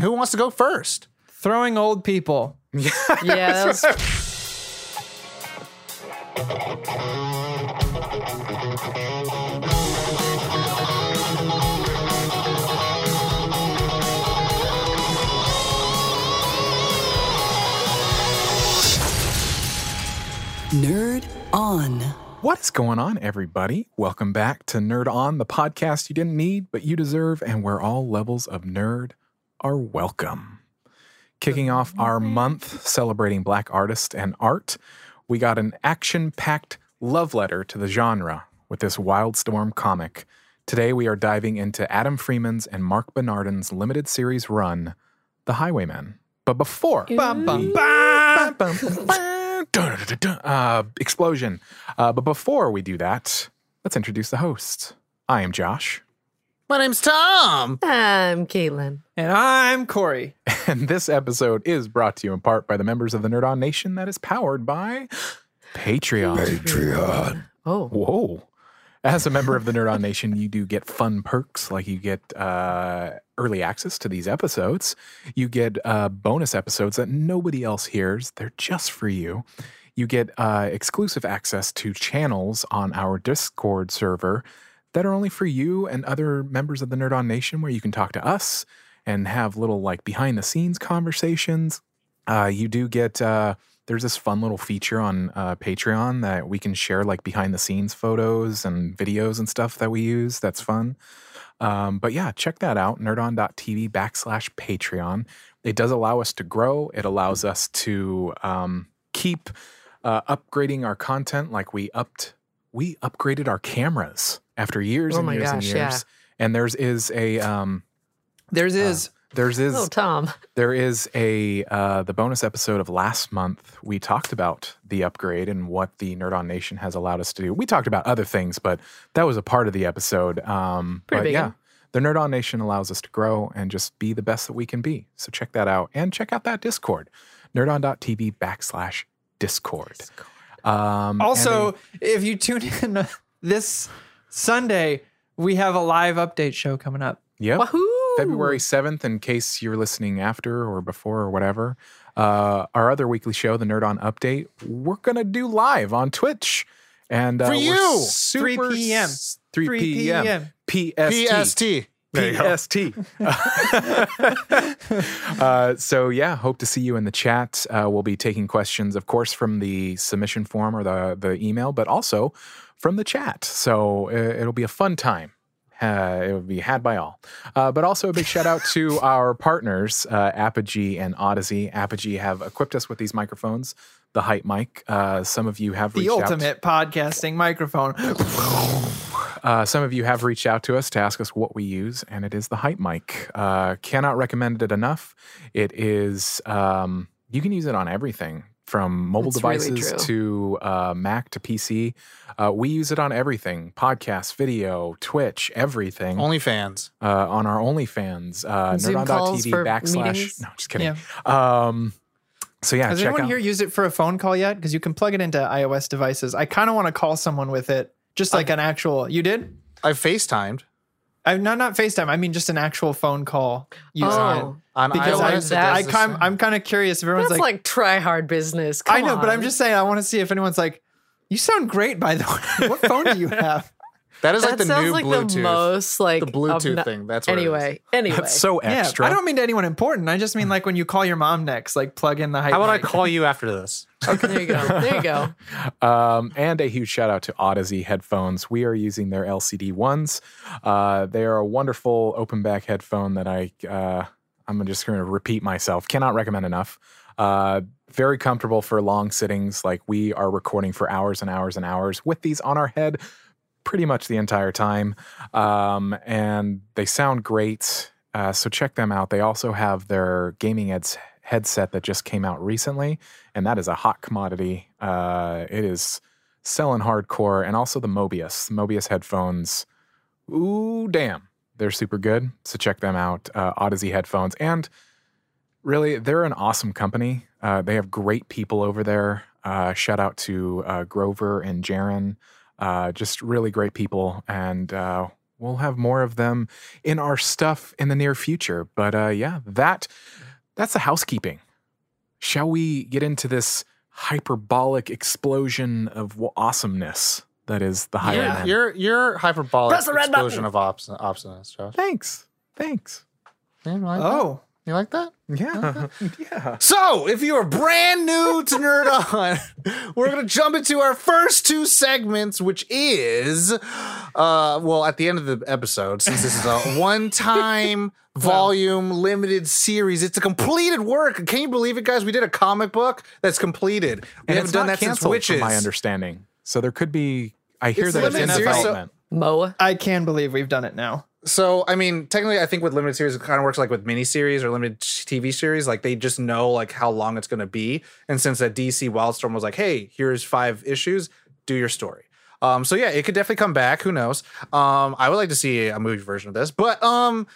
Who wants to go first? Throwing old people. Yeah, that was Nerd on. What is going on, everybody? Welcome back to Nerd On, the podcast you didn't need, but you deserve, and where all levels of nerd are welcome. Kicking off our month celebrating Black artists and art, we got an action packed love letter to the genre with this Wildstorm comic. Today, we are diving into Adam Freeman's and Mark Bernardin's limited series run, The Highwaymen. But before Bum, bum, Bum, bum, bum, dun, dun, dun, dun, uh, explosion. Uh, but before we do that, let's introduce the hosts. I am Josh, My name's Tom. I'm Um, Caitlin. And I'm Corey. and this episode is brought to you in part by the members of the Nerd On Nation that is powered by Patreon. Oh, Whoa. As a member of the Nerd On Nation, you do get fun perks like you get uh, early access to these episodes. You get uh, bonus episodes that nobody else hears, they're just for you. You get uh, exclusive access to channels on our Discord server that are only for you and other members of the Nerd On Nation, where you can talk to us and have little like behind the scenes conversations. Uh, you do get uh, there's this fun little feature on uh, Patreon that we can share like behind the scenes photos and videos and stuff that we use. That's fun. Um, but yeah, check that out nerdon.tv backslash Patreon. It does allow us to grow, it allows us to um, keep uh, upgrading our content. Like we upped, we upgraded our cameras after years Oh and my years and gosh, years. yeah. And there's is a um, Theirs is there's is oh, Tom. there is a uh, the bonus episode of last month. We talked about the upgrade and what the Nerd On Nation has allowed us to do. We talked about other things, but that was a part of the episode. Um, Pretty but big yeah, one. the Nerd On Nation allows us to grow and just be the best that we can be. So check that out and check out that Discord, nerdon.tv backslash Discord. Um, and also, then- if you tune in this Sunday, we have a live update show coming up. yep. Wahoo! February 7th, in case you're listening after or before or whatever. Uh, our other weekly show, the Nerd On Update, we're going to do live on Twitch. And uh, For we're you! super 3 p.m. s- 3 3 p.m. PST. PST. There you go. PST. uh, so yeah, hope to see you in the chat. Uh, we'll be taking questions, of course, from the submission form or the the email, but also from the chat. So uh, it'll be a fun time. Uh, it will be had by all. Uh, but also a big shout out to our partners, uh, Apogee and Odyssey. Apogee have equipped us with these microphones, the hype mic. Uh, some of you have The reached out- ultimate podcasting microphone. uh, some of you have reached out to us to ask us what we use, and it is the Hype Mic. Uh, cannot recommend it enough. It is, um, you can use it on everything from mobile That's really devices to true. uh, Mac to PC. Uh, we use it on everything podcasts, video, Twitch, Mm-hmm. everything OnlyFans. uh, on our OnlyFans, uh, Zoom calls nerdon.tv for backslash. meetings? No, just kidding. Um, so yeah, Has check anyone out. here used it for a phone call yet? Because you can plug it into iOS devices. I kind of want to call someone with it, just like an actual. You did? I FaceTimed I, no, not FaceTime. I mean, just an actual phone call. Using Oh, on it. Because iOS. I, that- it does the I kind, same. I'm kind of curious if everyone's that's like, like, try hard business. I Come know, but I'm on. just saying, I want to see if anyone's like, you sound great, by the way. What phone do you have? that is like that the sounds new like Bluetooth. the most like The Bluetooth obno- thing. That's what it is. anyway. Anyway, That's so Yeah, extra. I don't mean to anyone important. I just mean like when you call your mom next, like plug in the hype. How about I mic. call you after this? okay, there you go. There you go. Um, and a huge shout out to Odyssey headphones. We are using their LCD ones. Uh, they are a wonderful open back headphone that I uh, I'm just going to repeat myself. Cannot recommend enough. Uh, very comfortable for long sittings. Like we are recording for hours and hours and hours with these on our head pretty much the entire time. Um, and they sound great. Uh, so check them out. They also have their gaming eds headset that just came out recently, and that is a hot commodity. Uh, it is selling hardcore, and also the Mobius Mobius headphones. Ooh, damn, they're super good. So check them out. Uh, Odyssey headphones, and really, they're an awesome company. Uh, they have great people over there. Uh, shout out to uh, Grover and Jaron uh, just really great people. And uh, we'll have more of them in our stuff in the near future. But uh, yeah, that that's the housekeeping. Shall we get into this hyperbolic explosion of w- awesomeness that is the higher Yeah, end? You're you're hyperbolic Press the red explosion button. of obs- obstinance, Josh. Thanks, thanks. Yeah, you like that? Oh, You like that? Yeah, yeah. So, if you are brand new to Nerd On, we're going to jump into our first two segments, which is, uh, well, at the end of the episode, since this is a one time volume limited series, it's a completed work. Can you believe it, guys? We did a comic book that's completed. We And haven't it's done not that since canceled, Witches. from my understanding. So there could be. I hear It's that it's in limited series, so- development. Mo. I can believe we've done it now. So, I mean, technically, I think with limited series, it kind of works like with miniseries or limited t- TV series. Like they just know like how long it's going to be. And since that DC Wildstorm was like, "Hey, here's five issues, do your story." Um, so yeah, it could definitely come back. Who knows? Um, I would like to see a movie version of this, but um,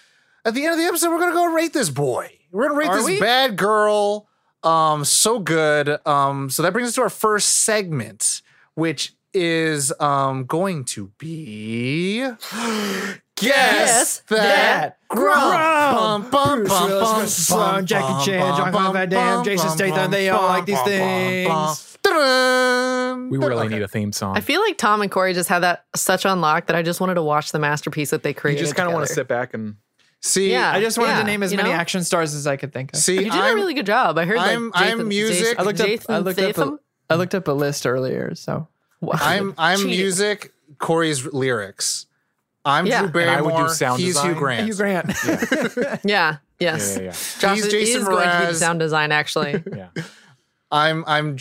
at the end of the episode, we're gonna go rate this boy. We're gonna rate Are this we? bad girl. Um, so good. Um, so that brings us to our first segment, which is um going to be guess, Guess that. Grump. Bum, bum, Bruce bum, Willis, bum, Mrs. Sloan, bum, Jackie bum, Chan, bum, John bum, Favreau, damn, bum, Jason bum, Statham, they bum, all like these bum, bum, bum. Da-dum. We really Okay. need a theme song. I feel like Tom and Corey just had that such on lock that I just wanted to watch the masterpiece that they you created. just kind of want to together. sit back and See, Yeah. I just wanted Yeah, to name as you many know? action stars as I could think of. see, You did I'm, a really good job. I heard. Like, I'm- I'm Jatham- music. Jason- I looked up- I Jatham looked up a- Statham? I looked up a list earlier, so Wow. I'm I'm Cheating. music. Corey's lyrics. I'm Yeah. Drew And I would do Barrymore. sound he's design. Hugh Grant. Hugh Grant. Yeah. yeah, Yes. yeah, Josh He's is- Jason is going to be the Mraz. sound design actually. yeah. yeah. I'm I'm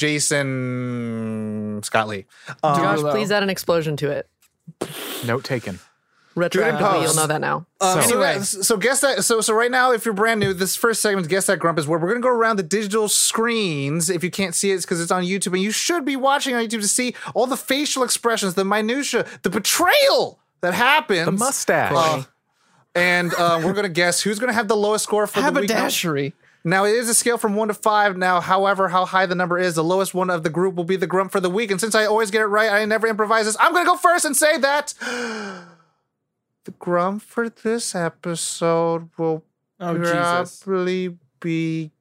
Jason Scott Lee. Josh, Derulo. please add an explosion to it. Note taken. Retroactively, you'll post. know that now. Um, So- so, Anyway. so, guess that. So, so right now, if you're brand new, this first segment, guess that grump, is where we're gonna go around the digital screens. If you can't see it, it's because it's on YouTube, and you should be watching on YouTube to see all the facial expressions, the minutia, the betrayal that happens. The mustache. Uh, and uh, we're gonna guess who's gonna have the lowest score for the week. Haberdashery. Now it is a scale from one to five. Now, however, how high the number is, the lowest one of the group will be the grump for the week. And since I always get it right, I never improvise this. I'm gonna go first and say that the grump for this episode will Oh Jesus! probably be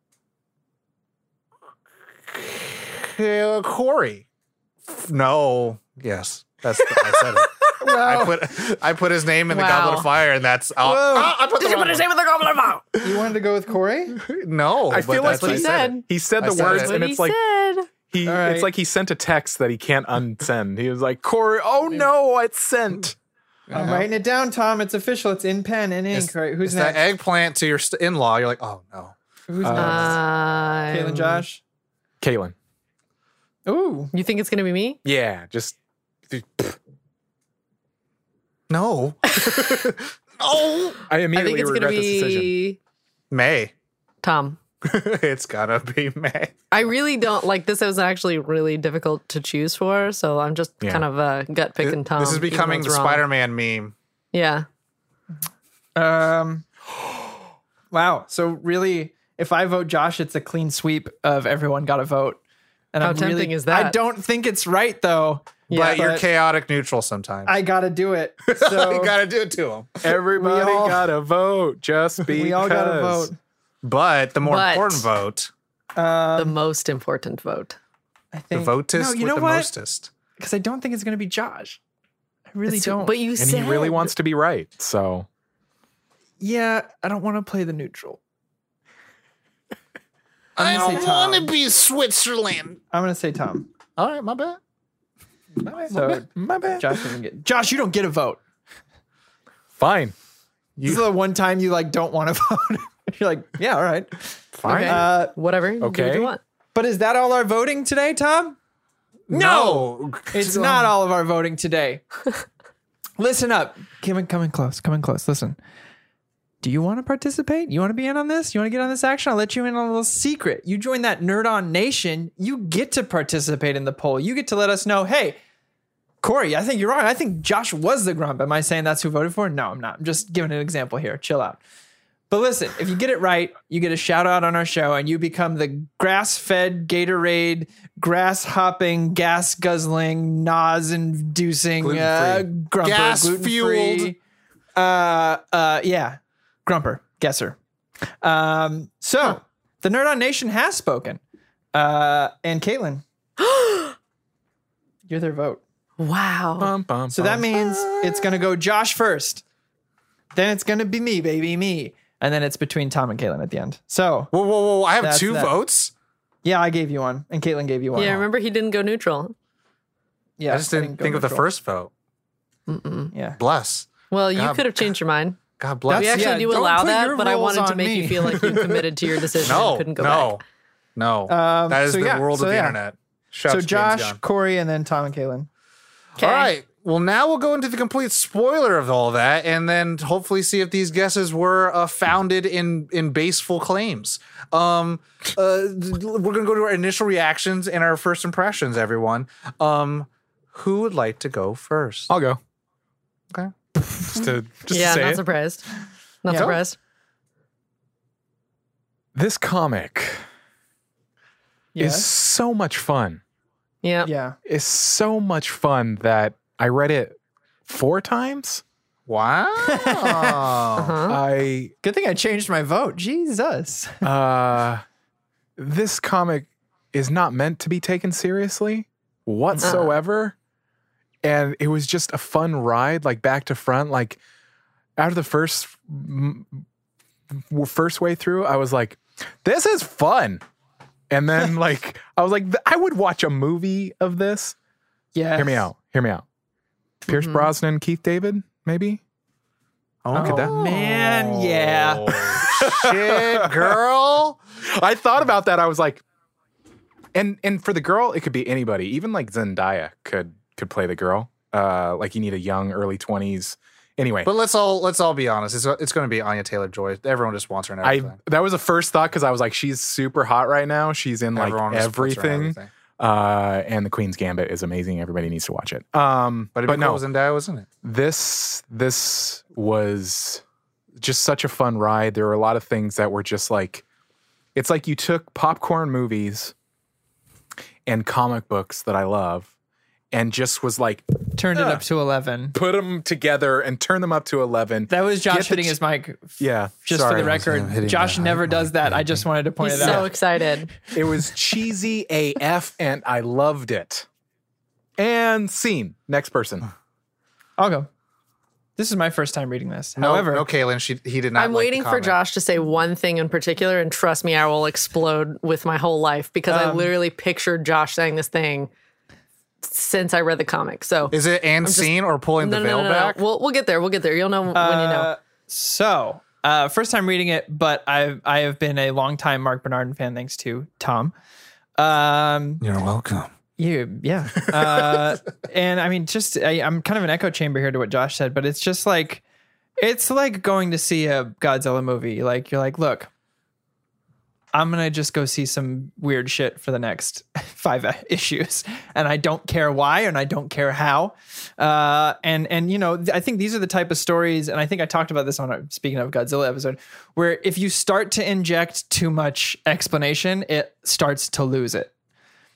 K- Corey. F- No, yes, that's I said it. I put I put his name in the Wow. Goblet of Fire, and that's oh, Whoa. ah, I put the wrong one. in the goblet of You wanted to go with Corey? No, I but feel like that's what he I said. He said I the said words, it. and What it's he like said. he. All right. It's like he sent a text that he can't unsend. He was like, "Corey, oh no, it's sent." I'm writing it down, Tom. It's official. It's in pen and ink. It's- Right? Who's it's that next? eggplant to your st- in-law. You're like, oh no. Who's Uh, next? Caitlin, Josh. Caitlin. Ooh, You think it's going to be me? Yeah, just No. oh. I I think immediately it's going to regret this decision. be May. Tom. it's gotta be May. I really don't like this. It was actually really difficult to choose for, so I'm just Yeah. kind of uh, gut picking Tom. this is even though becoming it's the wrong. Spider-Man meme. Yeah, Um, wow. So really, if I vote Josh, it's a clean sweep of everyone got a vote. And How I'm tempting really, is that? I don't think it's right though. yeah. but you're But- chaotic neutral sometimes. I gotta do it. So you gotta do it to him. Everybody We all- got a vote just because. we all got a vote. But the more But- important vote, the most important Um, vote. I the think votist No, you with know the what? mostest. because I don't think it's gonna be Josh. I really It's- don't. But you And he said really wants to be right. So yeah, I don't want to play the neutral. I I'm gonna say Tom. be Switzerland. I'm gonna say Tom. All right, my bad. So my bad. Josh doesn't get. Josh, you don't get a vote. Fine, This is the one time you like don't want to vote. You're like, yeah, all right. fine. Okay. Uh, whatever. you do what you Okay. want. but is that all our voting today, Tom? No. It's not all of our voting today. Listen up. Come in, come in close. Come in close. Listen. Do you want to participate? You want to be in on this? You want to get on this action? I'll let you in on a little secret. You join that Nerd On Nation, you get to participate in the poll. You get to let us know, hey, Corey, I think you're wrong. I think Josh was the grump. Am I saying that's who voted for? No, I'm not. I'm just giving an example here. Chill out. But listen, if you get it right, you get a shout out on our show and you become the grass fed Gatorade, grass hopping, gas guzzling, Nas inducing, uh, Gluten-free. grumper, Gas-fueled. gluten-free, Uh, uh, yeah. Grumper, guesser. Um, so the Nerd On Nation has spoken. Uh, and Caitlin, you're their vote. Wow. Bum, bum, So that bum. means it's gonna go Josh first. Then it's gonna be me, baby, me. And then it's between Tom and Caitlin at the end. So Whoa, whoa, whoa! I have That's two that. votes. yeah, I gave you one, and Caitlin gave you one. yeah, remember he didn't go neutral. Yeah, I just didn't, go think of the neutral. first vote. Yeah, Bless. Well, you God. could have changed your mind. God bless. we That's- actually yeah, do don't allow put that, your but I rules wanted to on make me. you feel like you committed to your decision no, and couldn't go no, back. no. Um, that is so the yeah, world so of the yeah. internet. Shouts So James Josh, Gunn. Corey, and then Tom and Caitlin. All right. Well, now we'll go into the complete spoiler of all that, and then hopefully see if these guesses were uh, founded in in baseful claims. Um, uh, th- we're gonna go to our initial reactions and our first impressions. Everyone, um, who would like to go first? I'll go. Okay. Just to, just Yeah, to say not it. surprised. Not Yeah. surprised. this comic is Yes. so much fun. Yeah. Yeah. Is so much fun that I read it four times. Wow. Huh? I Good thing I changed my vote. Jesus. uh this comic is not meant to be taken seriously whatsoever and it was just a fun ride like back to front like after the first m- w- first way through i was like this is fun and then like i was like "Th- i would watch a movie of this Yeah. hear me out hear me out pierce brosnan keith david maybe Look at that. Man, yeah. Oh, Shit, girl. I thought about that. I was like, and and for the girl, it could be anybody. Even like Zendaya could could play the girl. Uh, like you need a young early twenties. Anyway, But let's all let's all be honest. It's it's going to be Anya Taylor Joy. Everyone just wants her in I everything. that was a first thought because I was like, she's super hot right now. She's in like Everyone just puts her in everything. Uh, and the Queen's Gambit is amazing. Everybody needs to watch it. Um, But but, it'd be no, cool if Zendaya was in it. this this was just such a fun ride. There were a lot of things that were just like it's like you took popcorn movies and comic books that I love and just was like Turned it up to 11. put them together and turn them up to 11. That was Josh Get the hitting ch- his mic. yeah, Just sorry. for the record, Josh never does that. I just wanted to point He's it so out. excited. It was cheesy AF and I loved it. And scene. Next person. I'll go. This is my first time reading this. No, However, no, Kaylin, she he did not. I'm like the waiting for comment. Josh to say one thing in particular, and trust me, I will explode with my whole life because I literally pictured Josh saying this thing since I read the comic. So Is it and scene or pulling no, the no, veil no, no, no. back? We'll we'll get there. We'll get there. You'll know when you know. Uh, So, uh, first time reading it, but I've I have been a longtime Mark Bernardin fan, thanks to Tom. Um, You're welcome. you, yeah, uh, and I mean, just I, I'm kind of an echo chamber here to what Josh said, but it's just like it's like going to see a Godzilla movie. Like you're like, look, I'm gonna just go see some weird shit for the next five issues, and I don't care why, and I don't care how, uh, and and you know th- I think these are the type of stories, and I think I talked about this on our speaking of Godzilla episode, where if you start to inject too much explanation, it starts to lose it,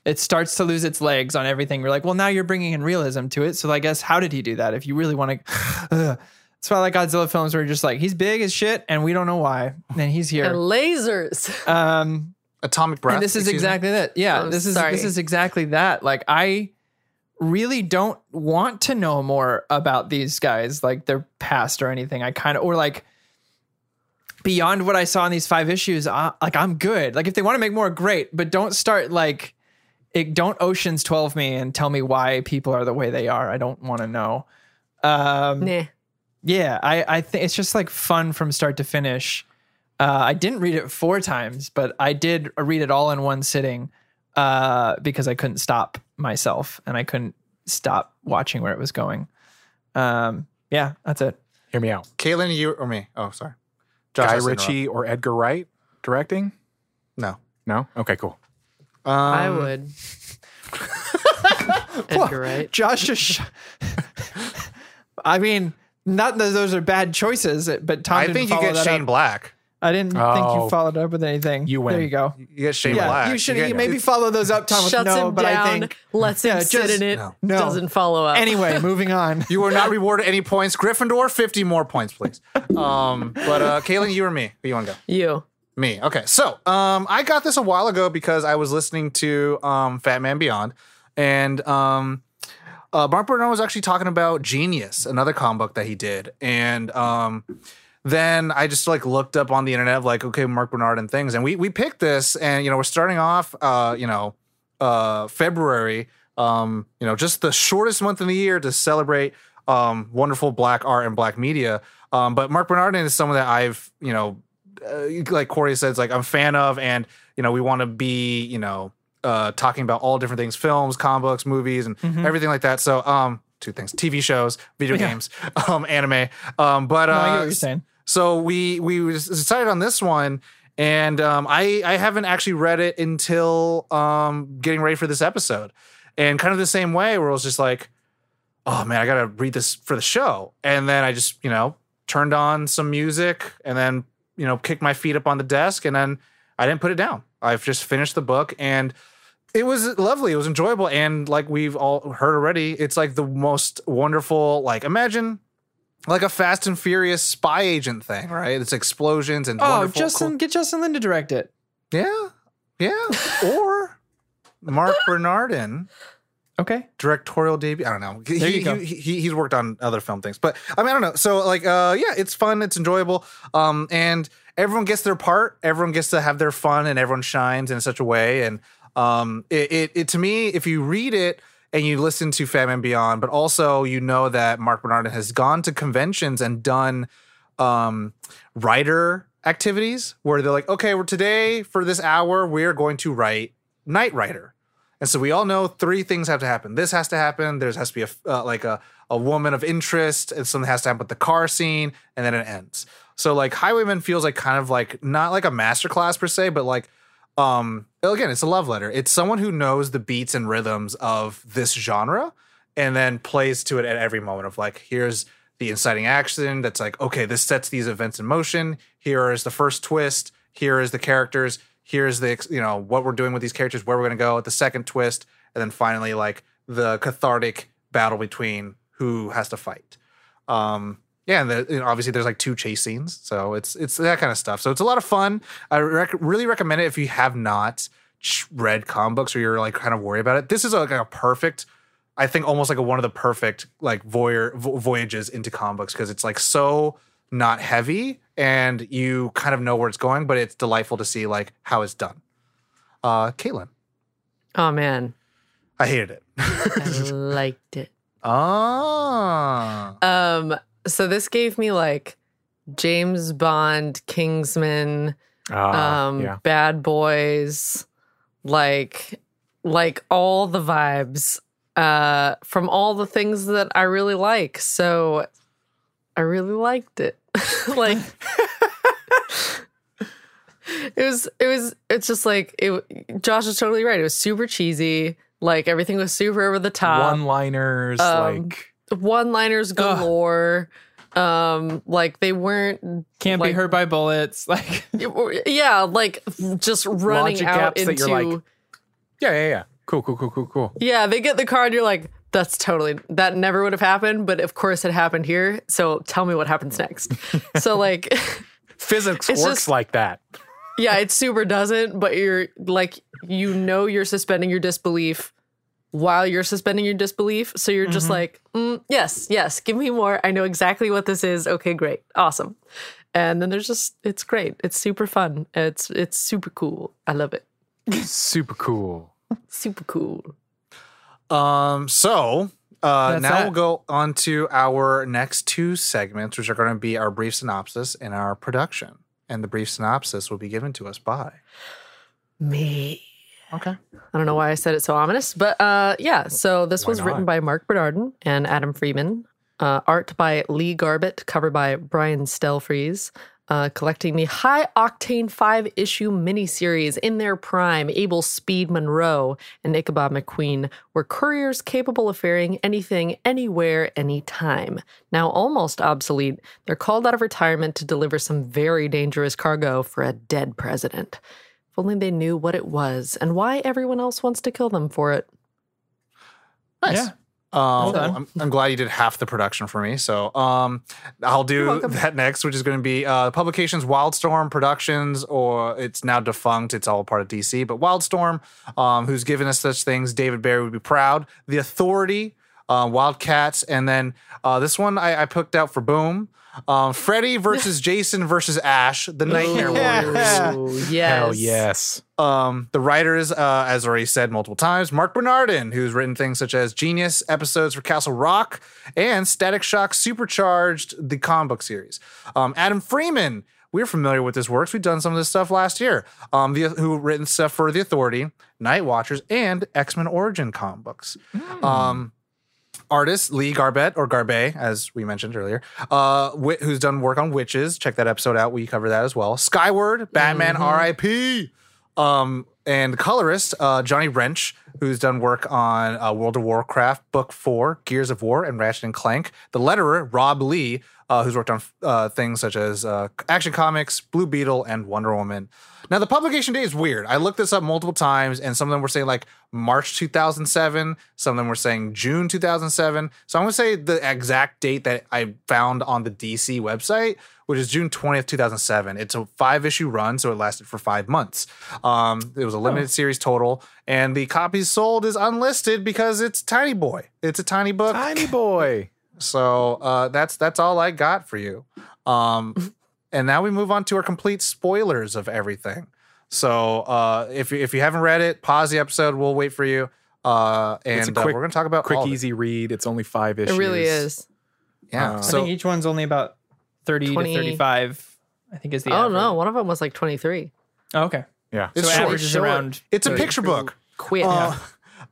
it starts to lose its legs on everything. You're like, well, now you're bringing in realism to it, so I guess how did he do that? If you really want to, that's why I like Godzilla films where you're just like he's big as shit, and we don't know why, and he's here. And lasers. um, Atomic breath. and this is excuse me? Oh, exactly that. Yeah, I'm this is sorry. this is exactly that. Like I really don't want to know more about these guys, like their past or anything. I kind of or like beyond what I saw in these five issues. I, like I'm good. Like if they want to make more, great. But don't start like it, don't Ocean's Twelve me and tell me why people are the way they are. I don't want to know. Um, nah. yeah, I I think it's just like fun from start to finish. Uh, I didn't read it four times, but I did read it all in one sitting uh, because I couldn't stop myself and I couldn't stop watching where it was going. Um, yeah, that's it. Hear me out. Kaylin, you or me? Oh, sorry. Josh, I Guy said Ritchie or Edgar Wright directing? No. No? Okay, cool. Um, I would. Edgar Wright. Josh just. Sh- I mean, not that those are bad choices, but Tom. I didn't think you follow get that Shane up. Black. I didn't think Oh. you followed up with anything. You win. There you go. You get shame yeah, relaxed. you should get- you maybe follow those up, Tom. With Shuts no, him but down, I think. lets him Yeah, sit just- in it, no. No. doesn't follow up. Anyway, moving on. You are not rewarded any points. Gryffindor, 50 more points, please. Um, but uh Kaylin, you or me? Who you want to go? you. Me. Okay. So um I got this a while ago because I was listening to um Fat Man Beyond and um uh, Mark Burnett was actually talking about Genius, another comic book that he did, and um, then I just like looked up on the internet of like, okay, Mark Bernard and things, and we we picked this, and you know, we're starting off, uh, you know, uh, February, um, you know, just the shortest month in the year to celebrate um, wonderful black art and black media. Um, but Mark Bernard is someone that I've, you know, uh, like Corey says, like I'm a fan of, and you know, we want to be, you know, uh, talking about all different things, films, comic books, movies, and Mm-hmm. everything like that. So, um, two things: TV shows, video games, um, anime. Um, but No, uh, I get what you're saying. so we we was- decided on this one, and um, I I haven't actually read it until um, getting ready for this episode, and kind of the same way where I was just like, oh man, I gotta read this for the show, and then I just you know turned on some music and then you know kicked my feet up on the desk, and then I didn't put it down. I've just finished the book and. It was lovely. It was enjoyable, and like we've all heard already, it's like the most wonderful. Like imagine like a Fast and Furious spy agent thing, right? It's explosions and Oh, wonderful, Justin, get Justin Lin to direct it. cool- yeah, yeah, or Mark Bernardin Okay. directorial debut. I don't know. He, There you he- go. he- he- he's worked on other film things, but I mean, I don't know. So like, uh, yeah, it's fun. It's enjoyable. Um, and everyone gets their part. Everyone gets to have their fun, and everyone shines in such a way. And um, it, it, it to me, if you read it. And you listen to Fam and Beyond, but also you know that Mark Bernardin has gone to conventions and done um, writer activities where they're like, okay, well, today for this hour, we're going to write Knight Rider. And so we all know three things have to happen. This has to happen. There has to be a uh, like a, a woman of interest, and something has to happen with the car scene, and then it ends. So like Highwayman feels like kind of like not like a masterclass per se, but like um again, it's a love letter. It's someone who knows the beats and rhythms of this genre, and then plays to it at every moment of like here's the inciting action that's like okay this sets these events in motion here is the first twist here is the characters here's the ex- you know what we're doing with these characters where we're going to go at the second twist and then finally like the cathartic battle between who has to fight um yeah and, the, and obviously there's like two chase scenes so it's it's that kind of stuff so it's a lot of fun i rec- really recommend it if you have not ch- read comic books or you're like kind of worried about it this is like a perfect I think almost like a, one of the perfect like voyeur vo- voyages into comic books because it's like so not heavy and you kind of know where it's going, but it's delightful to see like how it's done. Uh, Caitlin, Oh man, I hated it. I Oh. liked it. Ah, Um, so this gave me like James Bond, Kingsman, Ah, um, yeah. Bad Boys, like like all the vibes uh from all the things that I really like. So I really liked it. like it was it was it's just like it Josh is totally right. It was super cheesy. Like everything was super over the top One liners, um, like one liners galore. Um, like they weren't, Can't be Like- hurt by bullets. Like yeah, like just running Logic out gaps that into. you're like- yeah, yeah, yeah. Cool, cool, cool, cool, cool. yeah, they get the car and you're like, that's totally that never would have happened, but of course it happened here. So tell me what happens next. so like, Physics It's works just- like that. yeah, it super doesn't, but you're like, you know, you're suspending your disbelief while you're suspending your disbelief. So you're just like, mm, yes, yes, give me more. I know exactly what this is. Okay, great, awesome. And then there's just, it's great. It's super fun. It's it's super cool. I love it. Super cool. Super cool. um, so uh, That's now that. we'll go on to our next two segments, which are going to be our brief synopsis and our production. And the brief synopsis will be given to us by. Me. Okay. I don't know why I said it so ominous, but uh, yeah. So this Why was not? written by Mark Bernardin and Adam Freeman, uh, art by Lee Garbett, cover by Brian Stelfreeze, uh, collecting the high octane five issue miniseries in their prime. Abel Speed Monroe and Ichabod McQueen were couriers capable of ferrying anything, anywhere, anytime. Now almost obsolete, they're called out of retirement to deliver some very dangerous cargo for a dead president. If only they knew what it was and why everyone else wants to kill them for it. Nice. Yeah. Um, done. I'm, I'm glad you did half the production for me. So um, I'll do that next, which is going to be uh, publications Wildstorm Productions, or it's now defunct. It's all part of DC, but Wildstorm, um, who's given us such things. David Barry would be proud. The Authority, uh, Wildcats, and then uh, this one I, I picked out for Boom. Um, Freddy versus Jason versus Ash, the Nightmare Warriors. Oh, yes. Hell yes. Um, the writers, uh, as already said multiple times, Mark Bernardin, who's written things such as Genius episodes for Castle Rock and Static Shock Supercharged, the comic book series. Um, Adam Freeman, we're familiar with his works. We've done some of this stuff last year. Um, the, who written stuff for The Authority, Night Watchers, and X Men Origin comic books. Um, artist Lee Garbett or Garbe, as we mentioned earlier, uh, wi- who's done work on witches. Check that episode out. We cover that as well. Skyward, Batman, R.I.P. Um, and colorist uh, Johnny Wrench, who's done work on uh, World of Warcraft Book Four, Gears of War, and Ratchet and Clank. The letterer Rob Lee, uh, who's worked on uh, things such as uh, Action Comics, Blue Beetle, and Wonder Woman. Now the publication date is weird. I looked this up multiple times, and some of them were saying like March 2007. Some of them were saying June 2007. So I'm gonna say the exact date that I found on the DC website, which is June 20th, 2007. It's a five issue run, so it lasted for five months. Um, it was a limited series total, and the copies sold is unlisted because it's tiny boy. It's a tiny book. Tiny boy. So uh, that's that's all I got for you. Um, and now we move on to our complete spoilers of everything. So uh, if you- if you haven't read it, pause the episode. We'll wait for you. Uh, It's a and uh, quick- we're going to talk about Quick, all of it. easy read. It's only five It issues. really is. Yeah. Uh, I so think each one's only about 30 20. to 35. I think is the. oh average. no, one of them was like 23. Oh, okay. Yeah. It's so short. average is Short. around. it's a 30. picture book. Quit. Uh, Oh.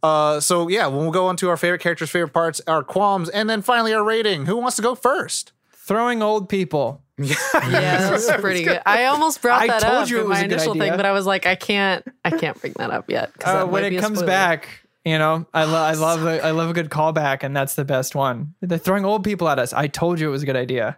uh, so yeah, when we'll go on to our favorite characters, favorite parts, our qualms, and then finally our rating. Who wants to go first? Throwing old people. yeah, that was pretty good. I almost brought I that told up you it in was my a good initial idea. thing, but I was like, I can't, I can't bring that up yet. 'cause Uh, that when might be it a comes spoiler. back, you know, I, lo- I love a, I love a good callback, and that's the best one. They're throwing old people at us. I told you it was a good idea.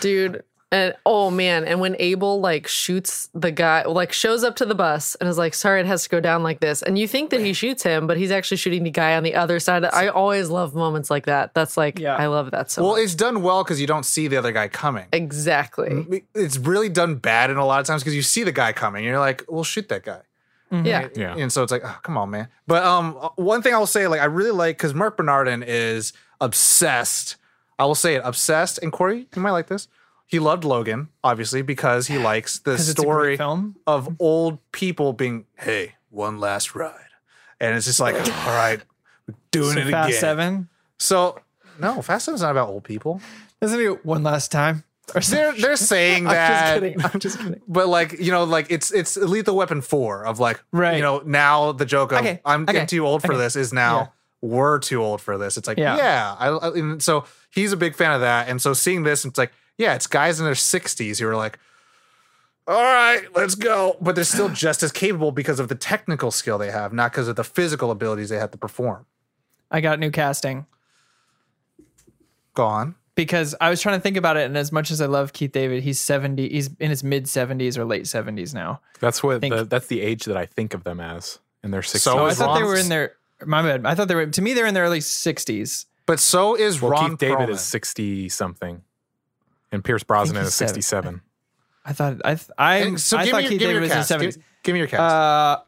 dude. And oh man, and when Abel like shoots the guy, like shows up to the bus and is like, "Sorry, it has to go down like this," and you think that he shoots him, but he's actually shooting the guy on the other side. I always love moments like that. That's like, Yeah. I love that so Well, much. it's done well because you don't see the other guy coming. exactly. It's really done bad in a lot of times because you see the guy coming, and you're like, "Well, shoot that guy." Yeah, Yeah. And so it's like, oh, come on, man. But um, one thing I'll say, like, I really like because Mark Bernardin is obsessed. I will say it, obsessed. And Corey, you might like this. He loved Logan, obviously, because he likes the 'Cause it's a story great film. of old people being, hey, one last ride. And it's just like, all right, we're doing So it Fast again. Seven. So, no, Fast Seven's not about old people. Doesn't it one last time? Or They're, they're saying I'm that. just kidding. I'm just kidding. But like you know, like it's it's Lethal Weapon four of like Right. You know now the joke of Okay, I'm getting okay, too old for okay. this is now we're too old for this. It's like yeah, Yeah. I, I- and so he's a big fan of that, and so seeing this, it's like yeah, it's guys in their sixties who are like. All right, let's go. But they're still just as capable because of the technical skill they have, not because of the physical abilities they have to perform. I got new casting Gone. because I was trying to think about it, and as much as I love Keith David, he's seventy. He's in his mid seventies or late seventies now. That's what Think- the, that's the age that I think of them as in their 60s. So Oh, I is thought they Ron- were in their. My bad. I thought they were. To me, they're in their early sixties. But so is well, Ron Keith David Perlman. is 60 something. And Pierce Brosnan he's is seven. 67. I thought I. Th- I. And so I give thought me, your- Keith give David me your was in cast. seventies. Give, give me your cast. Uh,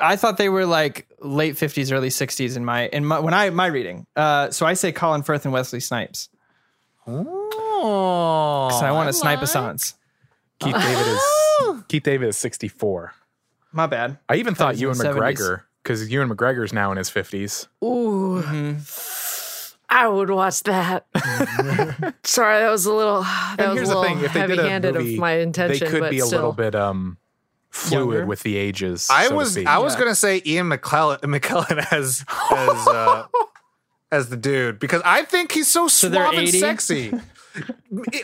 I thought they were like late fifties, early sixties in my in my when I my reading. Uh, so I say Colin Firth and Wesley Snipes oh, because I want to snipe a science. Keith David is Keith David is 64. My bad. I even thought he's in Ewan the 70s. McGregor because Ewan McGregor's now in his 50s. Ooh, Mm-hmm. I would watch that. Sorry, that was a little. That And was here's a the little thing: if they did a heavy-handed movie, of my intention, they could but be a still. little bit um fluid Younger? with the ages. I so to was speak. I was gonna say Ian McClellan, McKellen as as uh, as the dude because I think he's so they're suave and 80? sexy.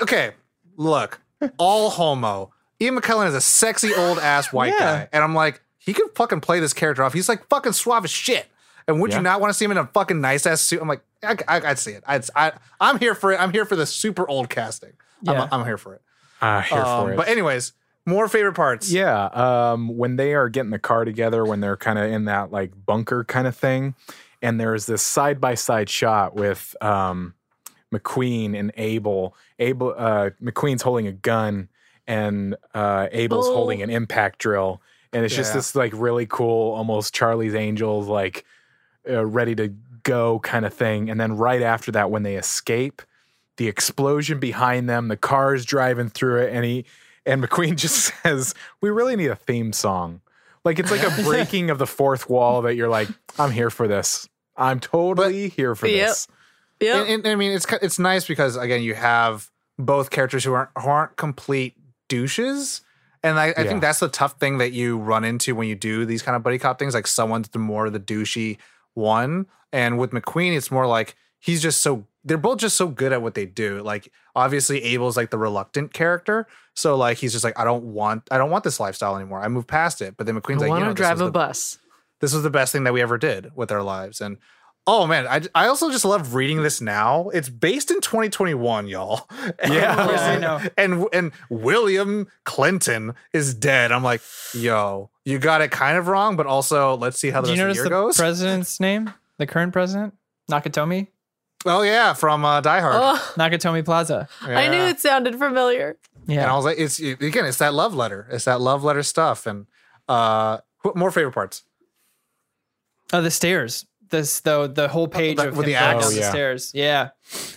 okay, look, all homo. Ian McKellen is a sexy old ass white Yeah. guy, and I'm like, he can fucking play this character off. He's like fucking suave as shit. And would Yeah. you not want to see him in a fucking nice ass suit? I'm like, I, I, I'd see it. I'd, I, I'm here for it. I'm here for the super old casting. Yeah. I'm, I'm here for it. Ah, here Um, for it. But anyways, more favorite parts. Yeah, um, when they are getting the car together, when they're kind of in that like bunker kind of thing, and there is this side by side shot with um, McQueen and Abel. Abel uh, McQueen's holding a gun, and uh, Abel's Oh. holding an impact drill, and it's just Yeah. this like really cool, almost Charlie's Angels like uh, ready to go kind of thing. And then right after that, when they escape, the explosion behind them, the cars driving through it, and he and McQueen just says, "We really need a theme song." Like it's like a breaking of the fourth wall that you're like, "I'm here for this. I'm totally here for Yep. this." Yep. And, and I mean, it's ki- it's nice because again, you have both characters who aren't who aren't complete douches, and I, I Yeah. think that's the tough thing that you run into when you do these kind of buddy cop things. Like someone's the more the douchey one, and with McQueen, it's more like he's just so they're both just so good at what they do. Like obviously, Abel's like the reluctant character, so like he's just like I don't want I don't want this lifestyle anymore. I moved past it. But then McQueen's I like, you want know, to this drive was a the- bus. this was the best thing that we ever did with our lives and oh man i, I also just love reading this now it's based in 2021 y'all Yeah. and, Yeah, I know. and and william clinton is dead i'm like yo you got it kind of wrong but also let's see how the Do you rest of the notice year the goes president's name? The current president? Nakatomi? oh yeah from uh, die hard Oh, Nakatomi Plaza. I knew Yeah. it sounded familiar. and i Yeah. was like it's again it's that love letter it's that love letter stuff and uh wh- more favorite parts Oh, the stairs. This though Oh, the whole page that- of with him the going axe? down the Oh, yeah. stairs. Yeah.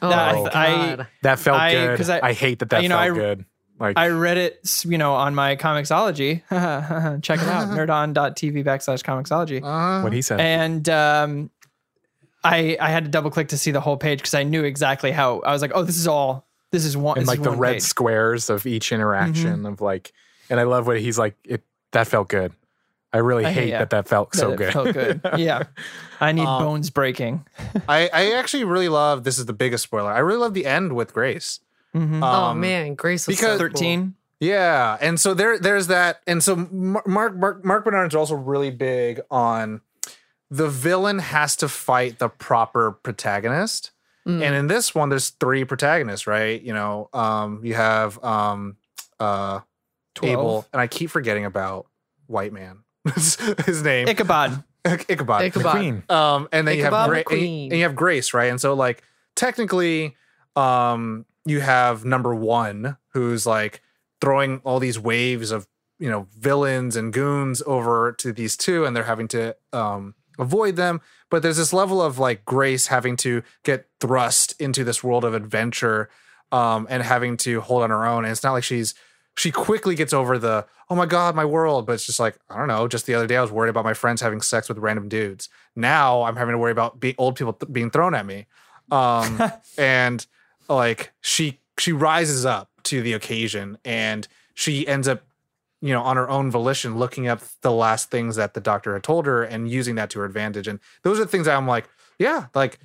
Oh, That- my I- God. That felt I- good. 'cause I, I- hate that that you know, felt I- good. Like I read it, s- you know, on my Comixology. Check it out, nerdon.tv backslash Comixology. uh, what he said. and um, I I had to double click to see the whole page because I knew exactly how I was like, oh, this is all. This is one. and this is like the one red page. squares of Mm-hmm. each interaction of like and i love what he's like it that felt good i really I- hate yeah. that that felt so That it good Felt good. Yeah. I need bones breaking. I, I actually really love this is the biggest spoiler i really love the end with grace Mhm. oh Um, man, Grace was because- so cool. Thirteen. Yeah, and so there, there's that, and so Mar- Mark Mark Mark Bernard's also really big on the villain has to fight the proper protagonist, Hmm. Mm. and in this one, there's three protagonists, right? You know, um, you have um, uh, Abel, Twelve. and I keep forgetting about White Man, his name Ichabod. Ichabod. Ichabod. McQueen. Um, and then you have Ichabod Gra- and, McQueen. you, and you have Grace, right? And so like technically, um, you have number one who's like throwing all these waves of you know villains and goons over to these two, and they're having to um avoid them. But there's this level of like Grace having to get thrust into this world of adventure, um, and having to hold on her own. And it's not like she's she quickly gets over the oh my god my world but it's just like i don't know just the other day i was worried about my friends having sex with random dudes now i'm having to worry about be- old people th- being thrown at me um and like she she rises up to the occasion and she ends up you know on her own volition looking up the last things that the doctor had told her and using that to her advantage and those are the things that i'm like yeah like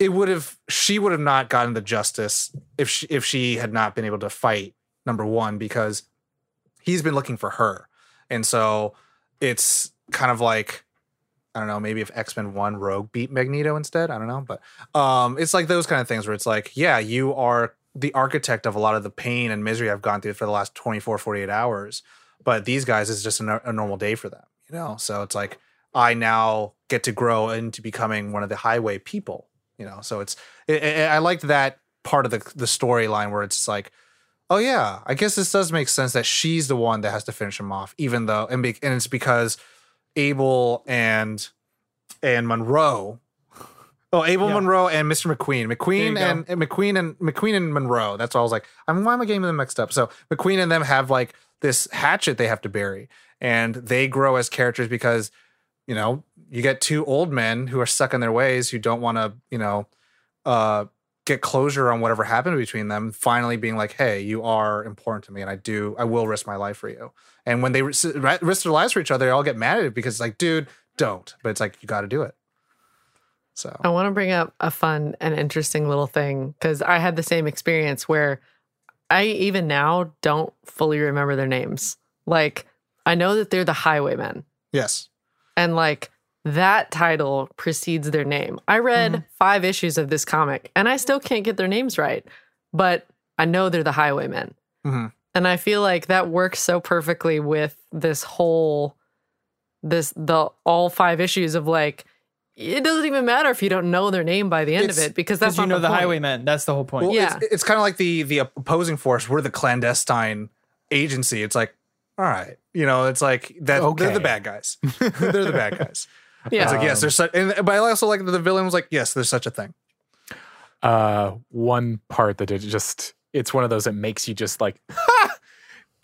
it would have she would have not gotten the justice if she if she had not been able to fight number one because he's been looking for her and so it's kind of like i don't know maybe if x-men 1 rogue beat magneto instead i don't know but um it's like those kind of things where it's like yeah you are the architect of a lot of the pain and misery i've gone through for the last 24 48 hours but these guys is just a, nor- a normal day for them you know so it's like i now get to grow into becoming one of the highway people you know so it's i i i liked that part of the the storyline where it's like oh yeah, I guess this does make sense that she's the one that has to finish him off, even though and be, and it's because Abel and and Monroe. Oh, Abel Yeah. Monroe and Mr. McQueen, McQueen go. and, and McQueen and McQueen and Monroe. That's why I was like, I'm why am I getting them mixed up? So McQueen and them have like this hatchet they have to bury, and they grow as characters because you know you get two old men who are stuck in their ways who don't want to you know uh get closure on whatever happened between them finally being like hey you are important to me and i do i will risk my life for you and when they ris- ri- risk their lives for each other they all get mad at it because it's like dude don't but it's like you got to do it so Oh. I want to bring up a fun and interesting little thing because I had the same experience where I even now don't fully remember their names. Like I know that they're the Highwaymen, Yes. and like that title precedes their name. I read five issues of this comic, and I still can't get their names right, but I know they're the Highwaymen. Mhm. And I feel like that works so perfectly with this whole this the all five issues of like it doesn't even matter if you don't know their name by the end of It's- it because that's Because not you know the, point. highwaymen. That's the whole point. Well, Yeah. it's, it's kind of like the the opposing force. We're the clandestine agency. It's like, all right, you know, it's like that. They're Okay. the bad guys. they're the bad guys. Yeah. It's like Um, yes, there's such. And, but I also like that the villain was like, yes, there's such a thing. uh one part that it just it's one of those that makes you just like ha!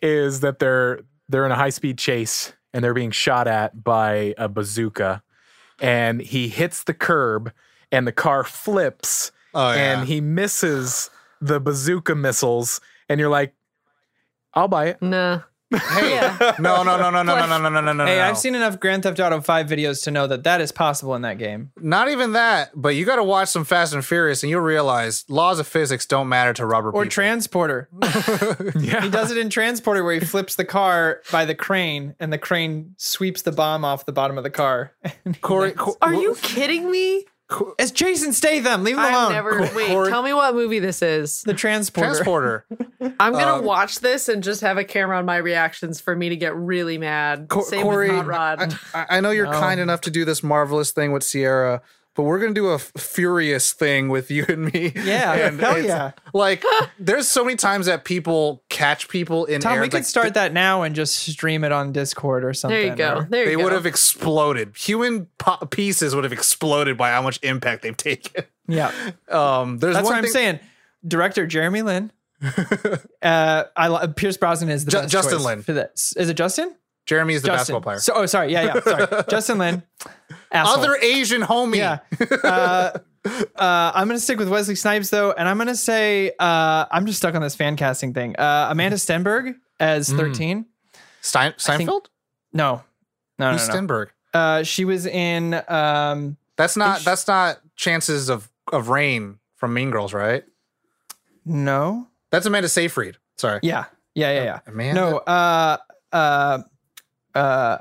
is that they're they're in a high speed chase and they're being shot at by a bazooka and he hits the curb and the car flips Oh and he misses the bazooka missiles and you're like I'll buy it. Nah. hey, Yeah. no, no, no, no, no, no, no, no, no, no, no. Hey, no. I've seen enough Grand Theft Auto 5 videos to know that that is possible in that game. not even that, but you got to watch some Fast and Furious, and you'll realize laws of physics don't matter to rubber Or people. Transporter. Yeah. He does it in Transporter where he flips the car by the crane and the crane sweeps the bomb off the bottom of the car. Corey, Co- Are you kidding me? it's Jason Statham. Leave him I've alone. never wait, tell me what movie this is. the Transporter. transporter? I'm gonna Um, watch this and just have a camera on my reactions for me to get really mad. Co- Same Corey, with Hot Rod. I, I know you're kind enough to do this marvelous thing with Sierra, but we're gonna do a f- furious thing with you and me. Yeah, and hell it's- yeah. Like, there's so many times that people catch people in Tom, air. we it's could like, start that now and just stream it on Discord or something. there you go. or- There They you go. would have exploded. Human po- pieces would have exploded by how much impact they've taken. yeah. Um, there's That's one what I'm thing- saying. Director Jeremy Lin. uh, I lo- Pierce Brosnan is the Ju- best Justin choice Lin. for this. Is it Justin? Jeremy is the Justin. basketball player. So, oh, sorry. Yeah, yeah. Sorry. Justin Lin. Asshole. Other Asian homie. Yeah. Uh, uh, I'm going to stick with Wesley Snipes, though, and I'm going to say uh, I'm just stuck on this fan casting thing. Uh, Amanda Stenberg as 13. Stein- Seinfeld? No. No, Who's no, no. Stenberg? Uh, she was in. Um, That's not Ish. that's not chances of of rain from Mean Girls, right? no. That's Amanda Seyfried. Sorry. Yeah. Yeah, yeah, yeah. Oh, Amanda. No, uh, uh, uh,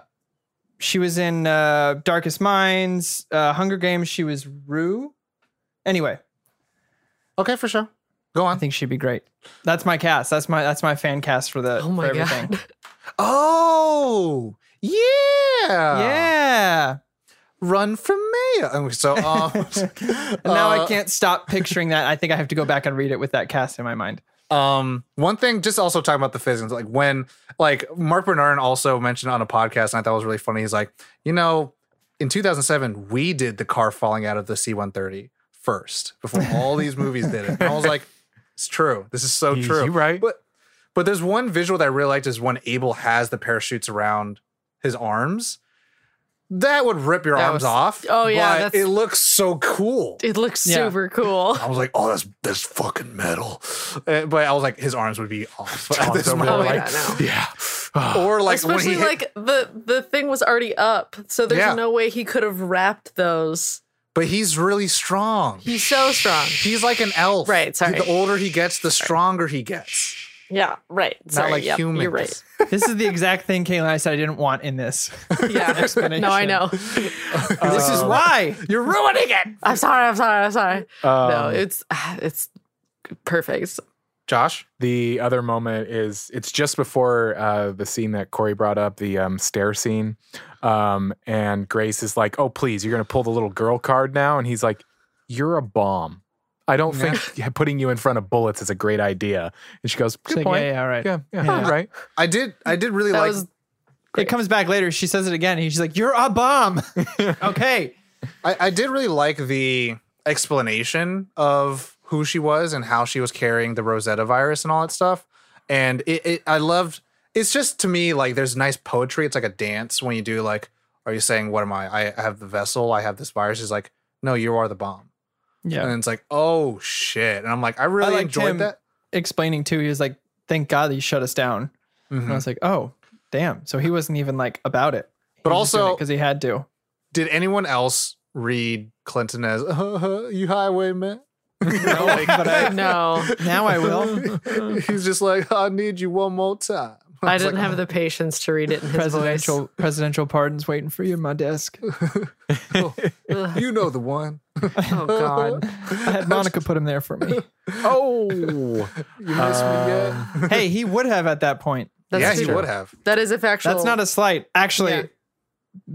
she was in uh, Darkest Minds, uh, Hunger Games. She was Rue. Anyway, Okay, for sure. Go I on. think she'd be great. That's my cast. That's my that's my fan cast for the Oh my for everything. god. Oh, yeah. Yeah. Run from mayor. Oh, So, um, And now uh, I can't stop picturing that. I think I have to go back and read it with that cast in my mind. Um, one thing, just also talking about the physics, like when, like Mark Bernard also mentioned on a podcast, and I thought it was really funny. He's like, you know, in 2007, we did the car falling out of the C-130 first before all these movies did it. And I was like, it's true. This is so You- true. you right. But but there's one visual that I really liked is when Abel has the parachutes around his arms. That would rip your That arms was- off. oh, yeah, but that's- it looks so cool. It looks Yeah. super cool. I was like, oh, that's that's fucking metal. Uh, but I was like, his arms would be off at this Tom's over there Oh, moment. like, yeah, yeah. Or like when he Especially hit, like the the thing was already up, so there's Yeah. no way he could have wrapped those. but he's really strong. He's so strong. He's like an elf. Right, sorry. The older he gets, the stronger he gets. Yeah, right. Sorry, Not like yep, humans. You're right. This is the exact thing Kayla and I said I didn't want in this. Uh, Yeah. Explanation. no, I know. This is why. You're ruining it. I'm sorry. I'm sorry. I'm sorry. no, Um, it's it's perfect. Josh. The other moment is it's just before uh, the scene that Corey brought up, the um, stair scene. Um, and Grace is like, Oh, please, you're going to pull the little girl card now. And he's like, You're a bomb. I don't think putting you in front of bullets is a great idea. And she goes, Good It's like, point. yeah, yeah, all right. Yeah, yeah, Yeah. right. I did I did really That like was It comes back later. She says it again. And she's like, You're a bomb. okay. I, I did really like the explanation of who she was and how she was carrying the Rosetta virus and all that stuff. And it, it I loved it's just to me like there's nice poetry. It's like a dance when you do like, are you saying what am I? I have the vessel, I have this virus. She's like, no, you are the bomb. Yeah. And it's like, oh shit. And I'm like, I really liked enjoyed him. that. Explaining too, he was like, Thank God he shut us down. And I Mhm. was like, Oh, damn. So he wasn't even like about it. But also- because he had to. Did anyone else read Clinton as you highwayman? You know, like, but I, No, Now I will. he's just like, I need you one more time. I didn't have the patience to read it in his presidential presidential pardons waiting for you in my desk. You know the one. voice. Oh God. I had Monica put him there for me. Oh, You miss me yet? hey, he would have at that point. That's yeah, too- he would have. That is a factual. That's not a slight. Actually, Yeah.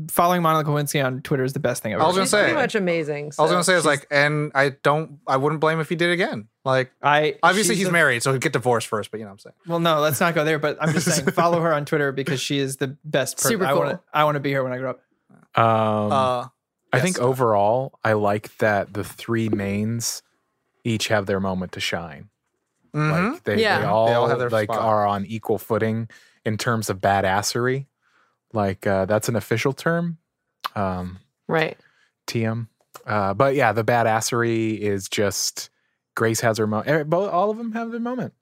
following Monica Lewinsky on Twitter is the best thing I've I ever. was gonna She's say. pretty much amazing. I was so. gonna say it's like, and I don't, I wouldn't blame if he did again. Like, I obviously she's he's the- married, so he'd get divorced first. But you know what I'm saying? Well, no, let's not go there. But I'm just saying, follow her on Twitter because she is the best. person. Super I want to. cool. I want to be her when I grow up. um, Uh, I yes. think overall, I like that the three mains each have their moment to shine. mhm. Like they, Mm-hmm. Yeah. they They all, have their like spot. are on equal footing in terms of badassery. Like uh, that's an official term, um, right. TM. Uh, but yeah, the badassery is just Grace has her moment. All of them have their moment.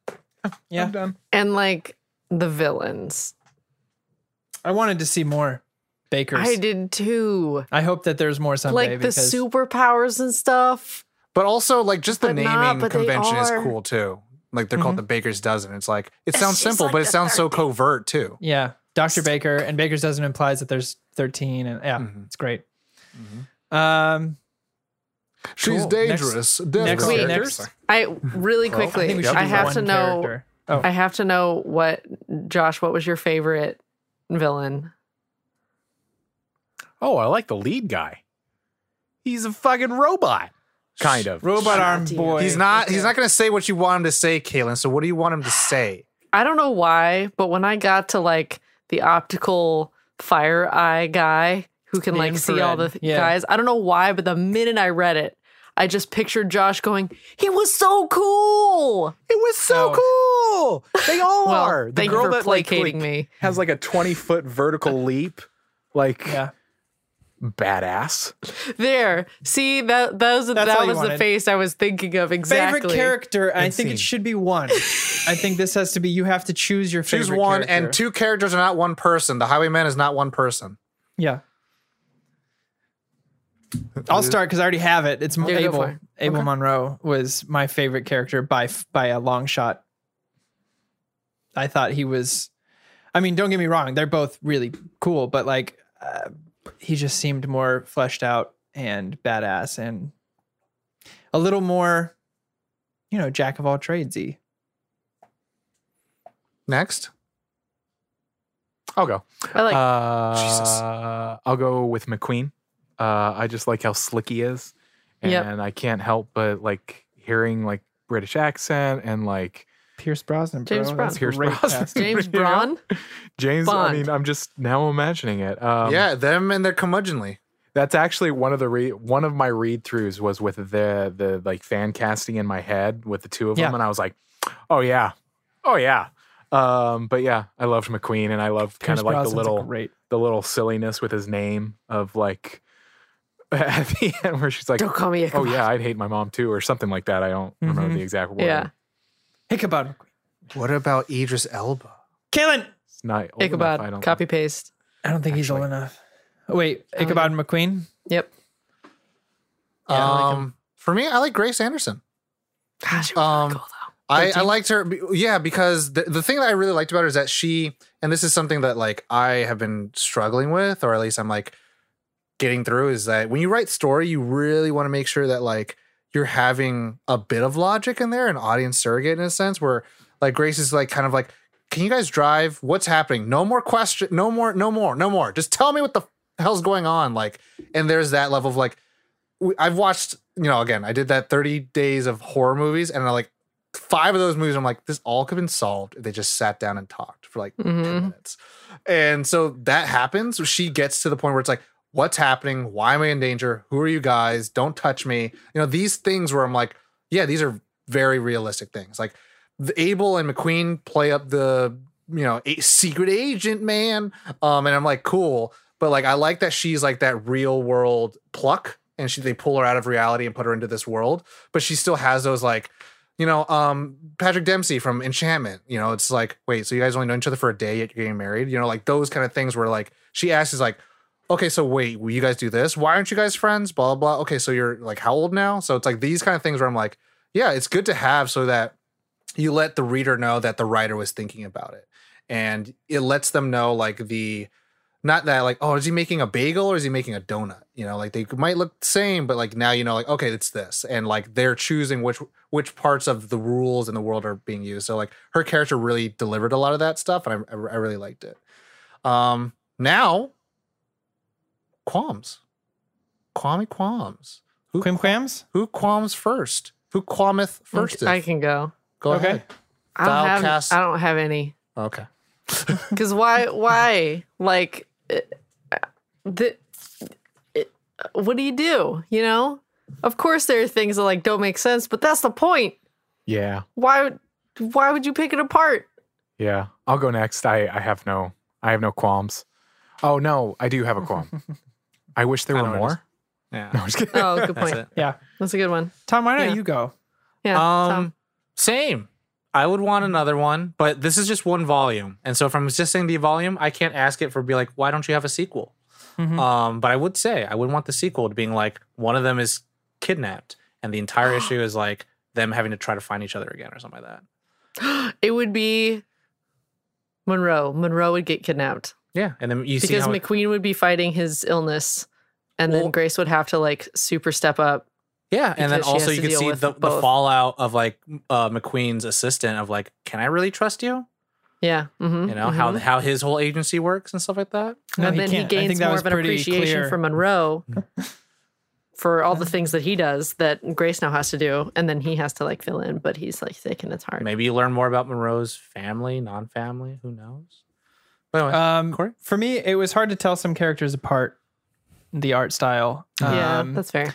Yeah. I'm done. And like the villains. I wanted to see more Bakers. I I, did too. hope that there's more someday. like the because superpowers and stuff. But also, like, just the But naming not, but they convention is are. cool too. Like, they're called the Baker's Dozen. It's like it sounds she's simple, like but it the sounds so covert too. Yeah, Doctor Baker and Baker's doesn't implies that there's 13, and yeah, Mhm. it's great. Mm-hmm. Um, She's Cool. dangerous. next- dangerous. Wait, next- I really I think quickly. we should I, do have one to know. character. Oh, I have to know what Josh. What was your favorite villain? Oh, I like the lead guy. He's a fucking robot. Kind of. robot arm damn. boy. He's not. He's not going to say what you want him to say, Kaylin. So, what do you want him to say? I don't know why, but when I got to like the optical fire eye guy who can The like see all the infrared, yeah. guys, I don't know why, but the minute I read it, I just pictured Josh going, "He was so cool." It was so cool. oh, They all Well, are. The thank girl you for that like, placating like, me. has like a twenty foot vertical leap, like Yeah. badass. There, see that that was That's all that you was the wanted. face I was thinking of exactly. Favorite character? I think scene. it should be one. I think this has to be. You have to choose your favorite. Choose one, character. and two characters are not one person. The Highwayman is not one person. Yeah. I'll start because I already have it. It's go Abel. for it. Abel Monroe was my favorite character by f- by a long shot. I thought he was. I mean, don't get me wrong; they're both really cool, but like, uh, he just seemed more fleshed out and badass, and a little more, you know, jack of all tradesy. Next, I'll go. I like uh, Jesus. I'll go with McQueen. Uh, I just like how slick he is, and Yep. I can't help but like hearing like British accent and like Pierce Brosnan, James bro. Brown. That's Pierce great Brosnan. casting. James you know? Braun. James. I Bond. mean, I'm just now imagining it. Um, yeah, them and their curmudgeonly. That's actually one of the re- one of my read throughs was with the the like fan casting in my head with the two of them, Yeah. and I was like, oh yeah, oh yeah. Um, but yeah, I loved McQueen, and I loved kind Pierce of like the Brosnan's a little great. the little silliness with his name of like at the end where she's like, Don't call me a oh yeah, I'd hate my mom too, or something like that. I don't remember Mhm. the exact word. Mm-hmm. Yeah. Ichabod. What about Idris Elba? Kalen. It's not old enough, I Ichabod. don't Copy paste. I don't think he's old enough. Oh, wait, Ichabod McQueen. Yep. Yeah, I like him. um, for me, I like Grace Anderson. Gosh, it was really Um, cool though. I, I liked her, be- yeah, because the, the thing that I really liked about her is that she, and this is something that like I have been struggling with, or at least I'm like getting through, is that when you write story, you really want to make sure that like you're having a bit of logic in there, an audience surrogate in a sense, where like Grace is like kind of like, can you guys drive? What's happening? No more question. No more. No more. No more. Just tell me what the hell's going on. Like, and there's that level of like, w- I've watched. You know, again, I did that 30 days of horror movies, and I like five of those movies, I'm like, this all could have been solved if they just sat down and talked for like 10 Mhm. minutes. And so that happens. She gets to the point where it's like, what's happening? Why am I in danger? Who are you guys? Don't touch me. You know, these things where I'm like, yeah, these are very realistic things. Like the Abel and McQueen play up the, you know, a- secret agent man. Um, and I'm like, cool. But like, I like that she's like that real world pluck and she, they pull her out of reality and put her into this world. But she still has those like, you know, um, Patrick Dempsey from Enchantment. You know, it's like, wait, so you guys only know each other for a day, yet you're getting married. You know, like those kind of things where like she asks, is like, okay, so wait, will you guys do this? Why aren't you guys friends? Blah blah. blah. Okay, so you're like how old now? So it's like these kind of things where I'm like, yeah, it's good to have so that you let the reader know that the writer was thinking about it. And it lets them know like the not that like, oh, is he making a bagel or is he making a donut? You know, like they might look the same, but like now you know, like, okay, it's this. And like they're choosing which which parts of the rules in the world are being used. So like her character really delivered a lot of that stuff, and I, I I really liked it. Um now qualms. Kwame qualms. Who Quimquams? who qualms first? Who qualmeth first? I if? can go. Go Okay. ahead. I don't, Foul have, cast. I don't have any. Okay. Because why? Why? Like, it- the, it, what do you do? You know? Of course, there are things that like don't make sense, but that's the point. Yeah. Why? would- Why would you pick it apart? Yeah. I'll go next. I, I have no I have no qualms. Oh no, I do have a qualm. I wish there I were know what it more. No, Yeah. I'm just kidding. Oh, good point. it. That's, Yeah. a good one. Tom, why don't Yeah. you go? Yeah. Um, same. I would want another one, but this is just one volume, and so from just saying the volume, I can't ask it for be like, why don't you have a sequel? Hmm. Mm-hmm. Uh, Um, but I would say I would want the sequel to being like one of them is kidnapped, and the entire issue is like them having to try to find each other again or something like that. Um, Tom. It would be Monroe. Monroe would get kidnapped Yeah, and then you see because how it- McQueen would be fighting his illness, and Well- then Grace would have to like super step up. Yeah, and then because she also has you to can deal see with the, the both. fallout of like uh, McQueen's assistant of like, can I really trust you? Yeah. hmm You know how how his whole agency works and stuff like that. No, and he then can't. I he think gains that more was of an pretty appreciation clear. for Monroe for all the things that he does that Grace now has to do, and then he has to like fill in, but he's like sick and it's hard. Maybe you learn more about Monroe's family, non-family. Who knows? But uh, anyway, Um, Corey? for me, it was hard to tell some characters apart. The art style. yeah, Um, that's fair.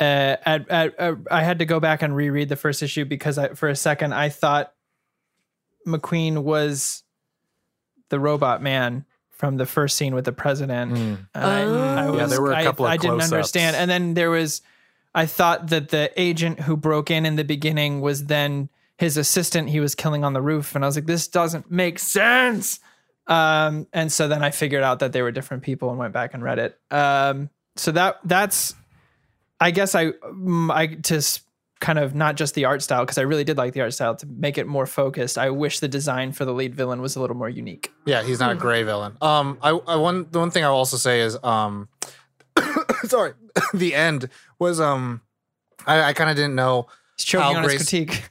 uh, at, at, uh, I had to go back and reread the first issue because I, for a second I thought McQueen was the robot man from the first scene with the president. Mm. And I, I Oh. was, Yeah, there were a I- couple of I didn't close-ups. understand. And then there was, I thought that the agent who broke in in the beginning was then his assistant he was killing on the roof. And I was like, this doesn't make sense. Um, and so then I figured out that they were different people and went back and read it. Um, so that that's, I guess I, mm, I to s- kind of not just the art style because I really did like the art style to make it more focused. I wish the design for the lead villain was a little more unique. yeah, he's not a gray villain. Um, I, I one the one thing I'll also say is um, sorry, the end was um, I, I kind of didn't know He's choking How on his Grace- critique.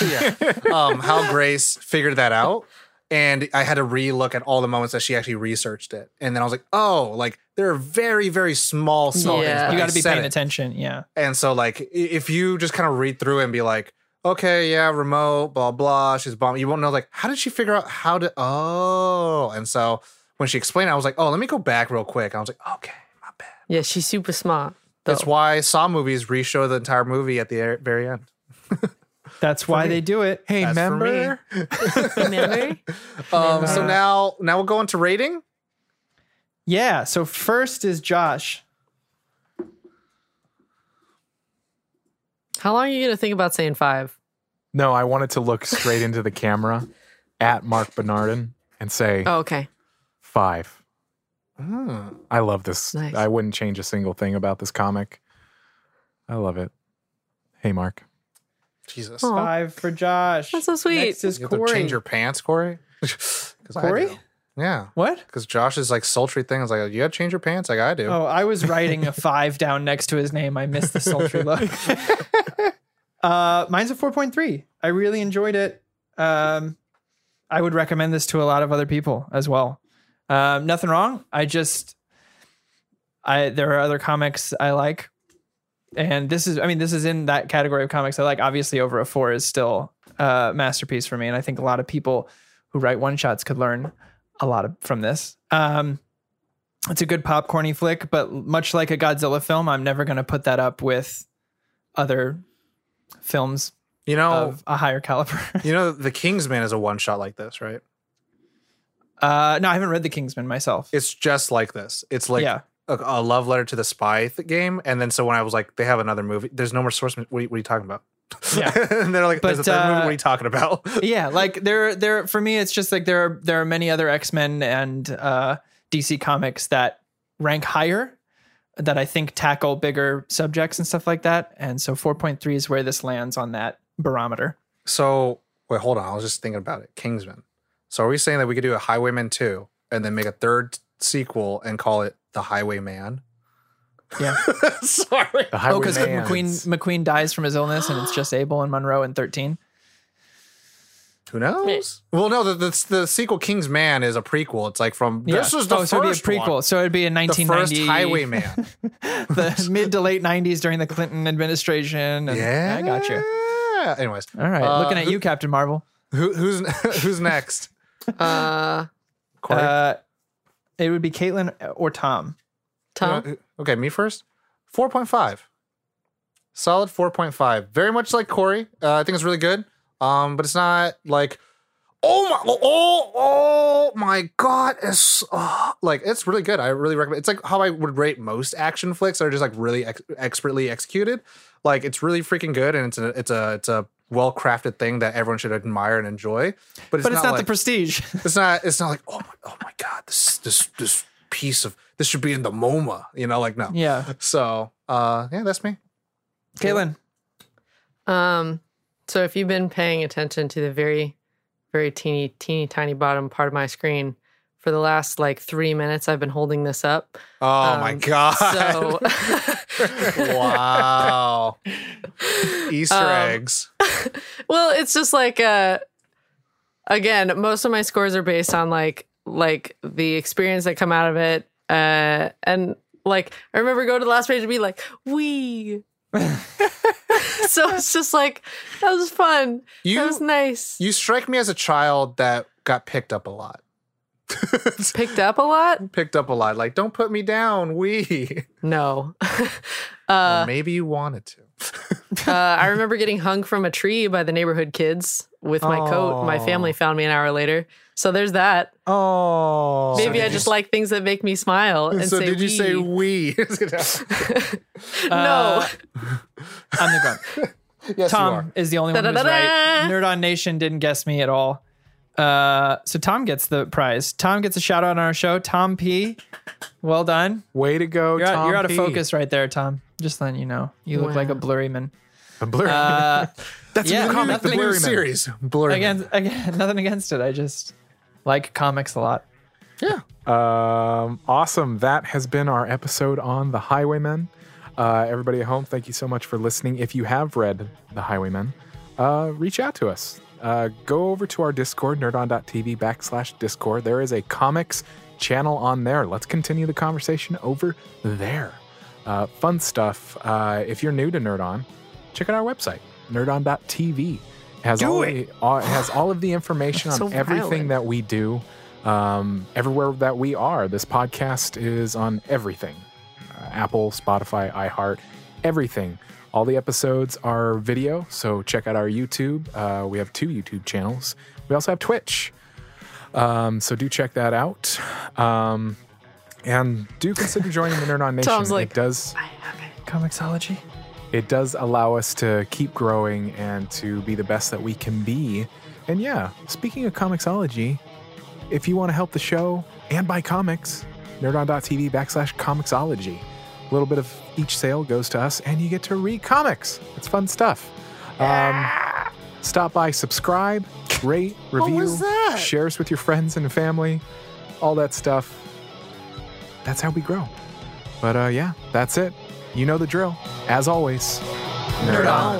yeah. um, how Grace figured that out. And I had to relook at all the moments that she actually researched it. And then I was like, oh, like there are very, very small, small Yeah. things. you got got to be paying attention. Yeah. And so, like, i- if you just kind of read through and be like, okay, yeah, remote, blah, blah, she's bomb, you won't know, like, how did she figure out how to, oh. And so when she explained, it, I was like, oh, let me go back real quick. I was like, okay, my bad. Yeah, she's super smart. Though. That's why Saw movies reshow the entire movie at the er- very end. That's why they do it. Hey, That's for me. member? Remember? Um, so Uh, now, now we'll go into rating. Yeah. So first is Josh. How long are you gonna think about saying five? No, I wanted to look straight into the camera at Mark Bernardin and say Oh, okay. five. Hmm. I love this. Nice. I wouldn't change a single thing about this comic. I love it. Hey, Mark. Jesus. Aw. Five for Josh. Oh. That's so sweet. Next is You have to Oh, Corey. change your pants, Corey. 'Cause I Corey? do. Yeah, What? because Josh's like sultry thing is like, you gotta change your pants, like I do. Oh, I was writing a five down next to his name. I missed the sultry look. uh, mine's a 4.3. I really enjoyed it. Um, I would recommend this to a lot of other people as well. Um, nothing wrong. I just, I there are other comics I like, and this is, I mean, this is in that category of comics I like. Obviously, over a four is still a masterpiece for me, and I think a lot of people who write one shots could learn a lot of, from this. Um, it's a good popcorny flick, but much like a Godzilla film, I'm never going to put that up with other films you know, of a higher caliber. you know, The Kingsman is a one shot like this, right? uh, no, I haven't read The Kingsman myself. It's just like this. It's like yeah, a, a love letter to the spy th- game, and then so when I was like, they have another movie. There's no more source. ma- What are you, what are you talking about? Yeah. and they're like, there's a But, third movie. What uh, are you talking about? yeah. Like there, there for me, it's just like there are there are many other X Men and uh, DC comics that rank higher. that I think tackle bigger subjects and stuff like that. And so 4.3 is where this lands on that barometer. So wait, hold on. I was just thinking about it. Kingsman. So are we saying that we could do a Highwayman two and then make a third sequel and call it The Highwayman? Yeah. Sorry. The Oh, Highway because McQueen Man's- McQueen dies from his illness, and it's just Abel and Monroe and thirteen. Who knows? Well, no. The, the the sequel King's Man is a prequel. It's like from Yeah. this is the oh, first so it'd be a prequel. one. So it'd be a The nineteen first ninety Highwayman. the mid to late nineties during the Clinton administration. and- yeah, I got you. Anyways, All right, Uh, looking at you, Captain Marvel. who, who's who's next? Uh, Corey? Uh, it would be Caitlin or Tom. Tom. Uh, Okay, me first. 4.5. Solid 4.5. Very much like Corey. Uh, I think it's really good. Um, but it's not like oh my oh oh my god, it's uh, like it's really good. I really recommend. It's like how I would rate most action flicks that are just like really ex- expertly executed. Like it's really freaking good, and it's a it's a it's a well crafted thing that everyone should admire and enjoy. But it's but it's not, like, the prestige. it's not. It's not like oh my, oh my god. This this this piece of this should be in the MoMA. You know, like no. yeah, So uh, yeah, that's me. Caitlin. Um, so if you've been paying attention to the very, very teeny, teeny, tiny bottom part of my screen for the last like three minutes, I've been holding this up. Oh my Um, god! So wow, Easter Um, eggs. Well, it's just like uh again, most of my scores are based on like like the experience that come out of it. Uh and like I remember going to the last page and be like, we So it's just like that was fun. You that was nice. you strike me as a child that got picked up a lot. Picked up a lot? picked up a lot. Like don't put me down. We No. Well, uh, maybe you wanted to. uh I remember getting hung from a tree by the neighborhood kids with my coat. My Oh. family found me an hour later. So there's that. Oh, Maybe did I you just s- like things that make me smile and so say did you say uh, "we." we? no. on the ground. yes, you Tom are. is the only one who's right. Da-da-da-da. Nerd on Nation didn't guess me at all. Uh, so Tom gets the prize. Tom gets a shout out on our show. Tom P, well done. Way to go, You're out, Tom you're out of P. focus right there, Tom. Just letting you know, you look like a blurry man. A blurry. Uh, That's yeah, a new comic, nothing the New blurry man. series. Blurry. again, again, nothing against it. I just like comics a lot. Um, awesome. That has been our episode on The Highwaymen. Uh, everybody at home, thank you so much for listening. If you have read The Highwaymen, uh, reach out to us. Uh, go over to our Discord, nerdon.tv backslash Discord. There is a comics channel on there. Let's continue the conversation over there. Uh, fun stuff. Uh, if you're new to Nerd On, check out our website, nerdon.tv. It Has all The, all, it has all of the information on So everything violent. that we do um, everywhere that we are. This podcast is on everything uh, Apple, Spotify, iHeart, everything. All the episodes are video, so check out our YouTube. Uh, we have two YouTube channels. We also have Twitch, um, so do check that out. Um, and do consider joining the Nerd On Nation. Tom's like, it does Comixology. it does allow us to keep growing and to be the best that we can be. And yeah, speaking of comicsology, if you want to help the show and buy comics, nerdon.tv backslash comicsology. A little bit of each sale goes to us, and you get to read comics. It's fun stuff. Um, stop by, subscribe, rate, review, was that? share us with your friends and family, all that stuff. That's how we grow. But uh, yeah, that's it. You know the drill. As always, nerd on.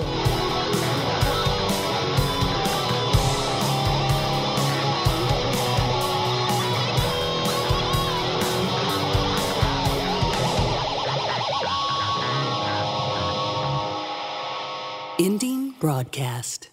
Ending broadcast.